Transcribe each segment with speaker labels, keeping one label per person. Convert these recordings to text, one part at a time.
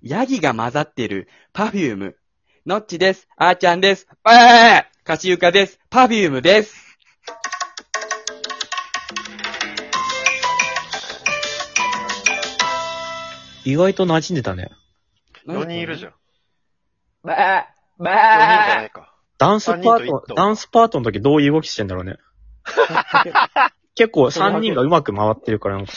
Speaker 1: ヤギが混ざってる、パフューム。のっちです。あーちゃんです。わーかしゆかです。パフュームです。
Speaker 2: 意外と馴染んでたね。
Speaker 3: 4人いるじゃん。4人
Speaker 1: ゃん。ばーば
Speaker 3: じゃないか。
Speaker 2: ダンスパ
Speaker 3: 三人
Speaker 2: ー
Speaker 3: と一
Speaker 2: ト、
Speaker 3: 頭
Speaker 2: ダンスパートの時どういう動きしてんだろう ね。結構3人がうまく回ってるから、なんか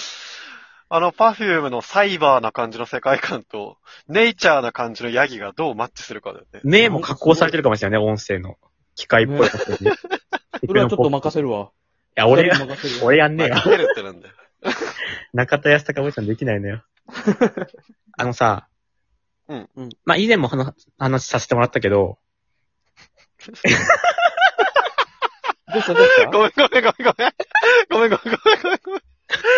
Speaker 3: あの、パフュームのサイバーな感じの世界観と、ネイチャーな感じのヤギがどうマッチするかだよね。
Speaker 2: 目も加工されてるかもしれないね、音声の。機械っぽい感じ で。
Speaker 1: それはちょっと任せるわ。
Speaker 2: いや、俺
Speaker 1: それ
Speaker 2: が、
Speaker 1: は任せるわ。
Speaker 2: 俺やんねえよ
Speaker 3: あ。、来てるってなんだよ。
Speaker 2: 中田康隆おじさんできない のよ。あのさ、
Speaker 3: うん
Speaker 1: うん
Speaker 2: まあ、以前も話、話させてもらったけど、
Speaker 1: どうしたどうした
Speaker 3: ごめんごめんごめんごめん。ごめんごめんごめんごめんごめん。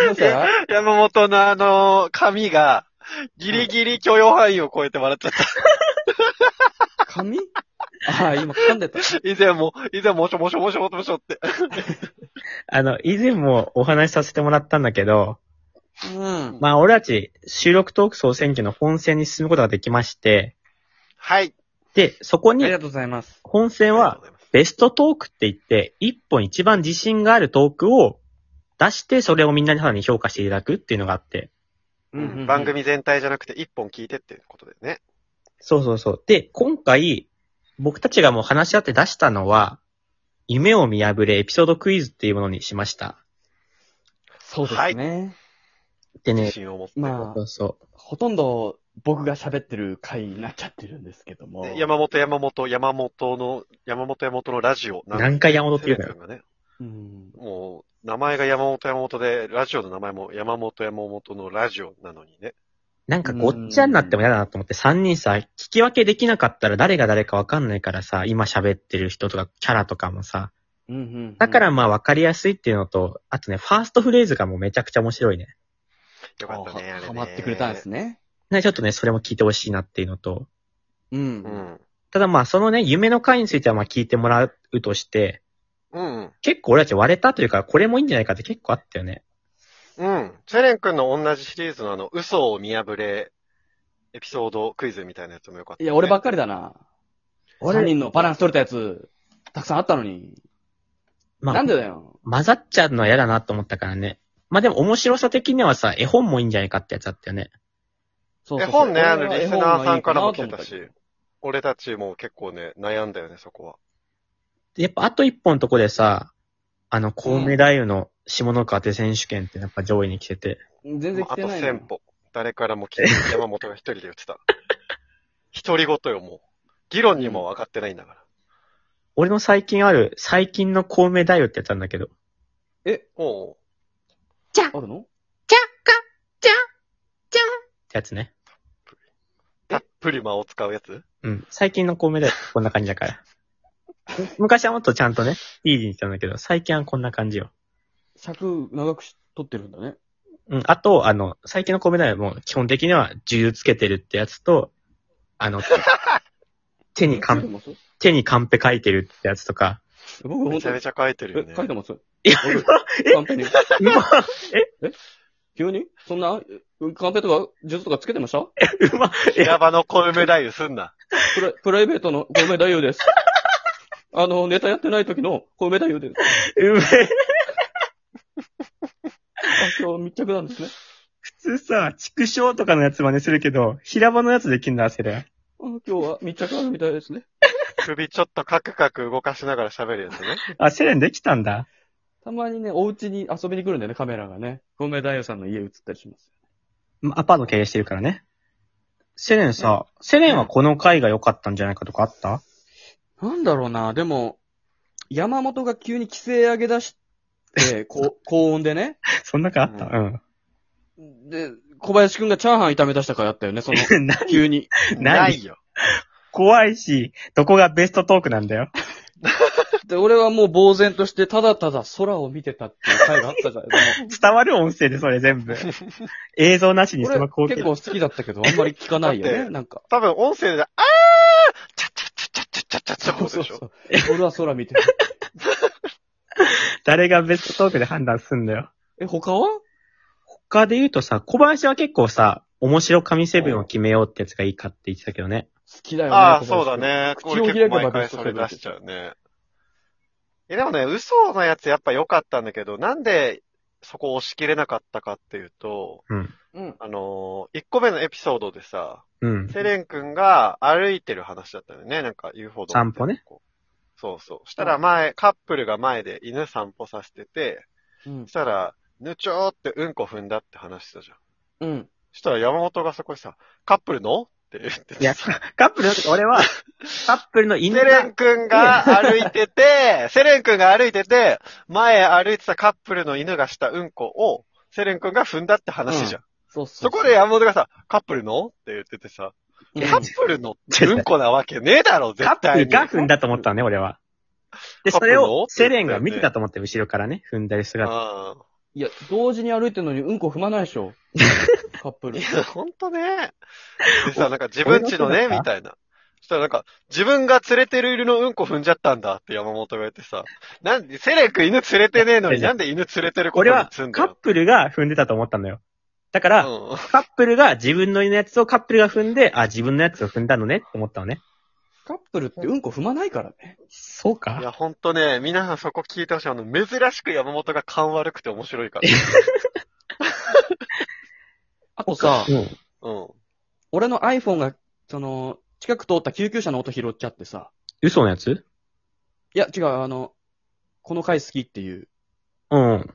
Speaker 1: どうした
Speaker 3: 山本のあの、髪が、ギリギリ許容範囲を超えて笑っちゃった。
Speaker 1: 髪ああ、今噛んでた。
Speaker 3: 以前も、以前もしょもしょもしょもしょもしょって。
Speaker 2: あの、以前もお話しさせてもらったんだけど、
Speaker 1: うん。
Speaker 2: まあ、俺たち収録トーク総選挙の本戦に進むことができまして、
Speaker 3: はい。
Speaker 2: で、そこ
Speaker 1: あり
Speaker 2: に
Speaker 1: が、とうございます。
Speaker 2: 本戦は、ベストトークって言って、一本一番自信があるトークを出して、それをみんなにさらに評価していただくっていうのがあって。
Speaker 3: うん番。組全体じゃなくて一本聞いてっていうことだよね。
Speaker 2: そうそうそう。で、今回、僕たちがもう話し合って出したのは、夢を見破れエピソードクイズっていうものにしました。
Speaker 1: そうですね。
Speaker 2: で
Speaker 3: 自
Speaker 2: ね、
Speaker 3: 信を持って。
Speaker 1: ま
Speaker 2: そ
Speaker 1: あ、
Speaker 2: うそ
Speaker 1: ほとんど僕が喋ってる回になっちゃってるんですけども。
Speaker 3: で山本山本山本の、山本山本のラジオ。
Speaker 2: う。何回山本って言うのよ。
Speaker 3: 君がね、
Speaker 1: うん。
Speaker 3: もう、名前が山本山本で、ラジオの名前も山本山本のラジオなのにね。
Speaker 2: なんかごっちゃになっても嫌だなと思って、3人さ、聞き分けできなかったら誰が誰かわかんないからさ、今喋ってる人とかキャラとかもさ、
Speaker 1: うんうん。
Speaker 2: だから、まあ分かりやすいっていうのと、あとね、ファーストフレーズがもうめちゃくちゃ面白いね。
Speaker 3: よ
Speaker 1: あ
Speaker 3: か
Speaker 1: あ
Speaker 3: ったね。あれ
Speaker 1: は
Speaker 3: ね
Speaker 1: はまってくれたんですね。
Speaker 2: ね、ちょっとね、それも聞いてほしいなっていうのと、
Speaker 1: う。
Speaker 3: うんん。
Speaker 2: ただまあ、そのね、夢の回についてはまあ聞いてもらうとして、
Speaker 3: うん。
Speaker 2: 結構俺たち割れたというか、これもいいんじゃないかって結構あったよね。
Speaker 3: うん。チェレン君の同じシリーズのあの、嘘を見破れ、エピソードクイズみたいなやつもよかった、
Speaker 1: いや、俺ばっ
Speaker 3: か
Speaker 1: かりだな。
Speaker 2: 俺
Speaker 1: 3人のバランス取れたやつ、たくさんあったのに。
Speaker 2: ま
Speaker 1: な
Speaker 2: あ
Speaker 1: ん、でだよ。
Speaker 2: 混ざっちゃうのは嫌だなと思ったからね。まあでも面白さ的にはさ、絵本もいいんじゃないかってやつあったよね。
Speaker 1: そう
Speaker 3: 絵
Speaker 1: そうそう
Speaker 3: 本ね、あの、リスナーさんからも来て
Speaker 1: 俺
Speaker 3: た。
Speaker 1: は絵本がいいかなと思
Speaker 3: し、俺たちも結構ね、悩んだよね、そこは。
Speaker 2: でやっぱあと一本のとこでさ、あの、コウメ太夫の下の川手選手権ってやっぱ上位に来てて、
Speaker 1: うん全然
Speaker 3: もう
Speaker 1: 来
Speaker 3: あ
Speaker 1: て
Speaker 3: と
Speaker 1: ないのよ
Speaker 3: 1000。歩。誰からも来てない、山本が一人で言ってた。 一人ごとよ、もう。議論にも上がってないんだ から。
Speaker 2: 俺の最近ある、最近のコウメ太夫ってやつなんだけど、
Speaker 3: おう
Speaker 1: あるの
Speaker 2: ってやつね。
Speaker 3: たっぷり間を使うやつ
Speaker 2: うん。最近のコウメ太夫、こんな感じだから。 昔はもっとちゃんとね、いい字にしたんだけど、最近はこんな感じよ。
Speaker 1: 尺長くし取ってるんだね。
Speaker 2: うん。あと、あの、最近のコウメ太夫も基本的には銃つけてるってやつと、あ の、手にカ
Speaker 1: 書いて
Speaker 2: ン、
Speaker 1: ます
Speaker 2: 手にカンペ書いてるってやつとか、
Speaker 1: 僕、
Speaker 3: め
Speaker 1: 本
Speaker 3: ち
Speaker 1: 当
Speaker 3: ゃめ
Speaker 1: に。
Speaker 3: ちゃ書いてるよ
Speaker 1: え
Speaker 3: ね、。
Speaker 1: 書いてます
Speaker 2: いや、
Speaker 1: 俺カンペに。
Speaker 2: うま、
Speaker 1: 急にそんな、えカンペとか、術とかつけてました
Speaker 2: うま、いや、
Speaker 3: やばのコウメ太夫すんな。
Speaker 1: プライプライベートのコウメ太夫です。あの、ネタやってない時のコウメ太夫です。
Speaker 2: うめえ。
Speaker 1: あ、今日密着なんですね。
Speaker 2: 普通さ、畜生とかのやつ真似するけど、平場のやつできんだ、それ。
Speaker 1: あ今日は密着あるみたいですね。
Speaker 3: 首ちょっとカクカク動かしながら喋るやつね。
Speaker 2: あ、セレンできたんだ。
Speaker 1: たまにね、お家に遊びに来るんだよね、カメラがね。コウメ太夫さんの家映ったりします。
Speaker 2: まアパート経営してるからね。セレンさ、セレンはこの回が良かったんじゃないかとかあった
Speaker 1: なんだろうな、でも、山本が急に規制上げ出 して、こう高温でね。
Speaker 2: そんな回あったうん。
Speaker 1: で、小林くんがチャーハン炒め出したからやったよね、その、 急に。
Speaker 2: な
Speaker 3: ないいよ。
Speaker 2: 怖いし、どこがベストトークなん だよ。
Speaker 1: で、俺はもう呆然として、ただただ空を見てたっていう回があったじゃない。
Speaker 2: 伝わる音声でそれ全 部。映像なしにその光
Speaker 1: 俺
Speaker 2: 景
Speaker 1: 結。構好きだったけど、あんまり聞かないよ
Speaker 3: だっ
Speaker 1: ね、
Speaker 3: て
Speaker 1: なんか。
Speaker 3: 多分音声で、あーちゃちゃちゃちゃちゃちゃちゃってことでしょ
Speaker 1: う。俺は空見てる。
Speaker 2: 誰がベストトークで判断すんだよ。
Speaker 1: え、他は
Speaker 2: 他で言うとさ、小林は結構さ、面白神セブンを決めようってやつがいいかって言ってたけどね。
Speaker 1: きだよね。
Speaker 3: ああ、
Speaker 1: 小
Speaker 3: そう
Speaker 1: 林
Speaker 3: だ
Speaker 1: 君。
Speaker 3: ね。
Speaker 1: 口
Speaker 3: 俺
Speaker 1: を開
Speaker 3: 結
Speaker 1: け
Speaker 3: 構
Speaker 1: ば
Speaker 3: 毎
Speaker 1: ベ
Speaker 3: 回
Speaker 1: スト
Speaker 3: それ
Speaker 1: セブン
Speaker 3: 出しちゃうね。え、でもね、嘘のやつやっぱ良かったんだけど、なんでそこを押し切れなかったかっていうと、
Speaker 2: うん。
Speaker 1: うん。
Speaker 3: あのー、1個目のエピソードでさ、
Speaker 2: うん。
Speaker 3: セレン君が歩いてる話だったよね。なんか UFO ド
Speaker 2: 散歩ね。
Speaker 3: そうそう。したら前、カップルが前で犬散歩させてて、
Speaker 1: うん
Speaker 3: そし。たら、ぬちょーってうんこ踏んだって話してたじゃん。
Speaker 1: うん。
Speaker 3: そしたら山本がそこでさ、カップルのって言って
Speaker 2: いや、
Speaker 3: てさ。
Speaker 2: カップルの時、俺は、カップルの犬
Speaker 3: セレン
Speaker 2: が、
Speaker 3: 君が歩いてて、セレン君が歩いてて、前歩いてたカップルの犬がしたうんこを、セレン君が踏んだって話じゃん。
Speaker 1: そうそう。
Speaker 3: そこで、山本がさ、カップルのって言っててさ、
Speaker 1: うん
Speaker 3: カップルのってうんこなわけねえだ
Speaker 2: カ
Speaker 3: ろ、
Speaker 2: ッ
Speaker 3: 絶
Speaker 2: プ
Speaker 3: 対
Speaker 2: ル
Speaker 3: に。
Speaker 2: が踏んだと思ったのね、俺は。で、それ
Speaker 3: カップルの
Speaker 2: をセレンが見てたと思って、後ろからね、踏んだり姿。
Speaker 3: うん
Speaker 1: いや、同時に歩いてるのにうんこ踏まないでし ょ。カップル
Speaker 3: い。や、ほんとね。でさ、なんか自分ちのね、
Speaker 2: 俺のことだった
Speaker 3: みたいな。そしたらなんか、自分が連れてる犬のうんこ踏んじゃったんだって山本が言ってさ、なんで、セレク犬連れてねえのになんで犬連れてるこ
Speaker 2: 俺
Speaker 3: とに
Speaker 2: は
Speaker 3: 積ん、だ
Speaker 2: カップルが踏んでたと思ったのよ。だから、
Speaker 3: うん。
Speaker 2: カップルが自分の犬のやつをカップルが踏んで、あ、自分のやつを踏んだのねって思ったのね。
Speaker 1: カップルってうんこ踏まないからね。
Speaker 2: そう
Speaker 3: い
Speaker 2: か
Speaker 3: や、ほんとね、皆さんそこ聞いてほしい。あの、珍しく山本が勘悪くて面白いから。
Speaker 1: あとさ
Speaker 2: う、ん。
Speaker 3: うん。
Speaker 1: 俺の iPhone が、その、近く通った救急車の音拾っちゃってさ。
Speaker 2: 嘘のやつ
Speaker 1: いや、違う、あの、この回好きっていう、
Speaker 2: うん。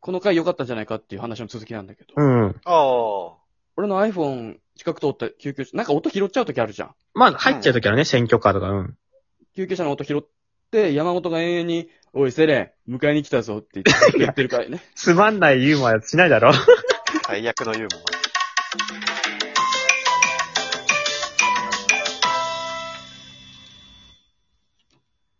Speaker 1: この回良かったんじゃないかっていう話の続きなんだけど。
Speaker 2: うん。
Speaker 3: ああ。
Speaker 1: 俺の iPhone 近く通った救急車、なんか音拾っちゃう時あるじゃん。
Speaker 2: まあ、入っちゃうときはね、選挙カーとか、うん。
Speaker 1: 救急車の音拾って、山本が永遠に、おい、セレン、迎えに来たぞって言って言ってるからね。
Speaker 2: つまんないユーモアしないだろ。
Speaker 3: 最悪のユーモ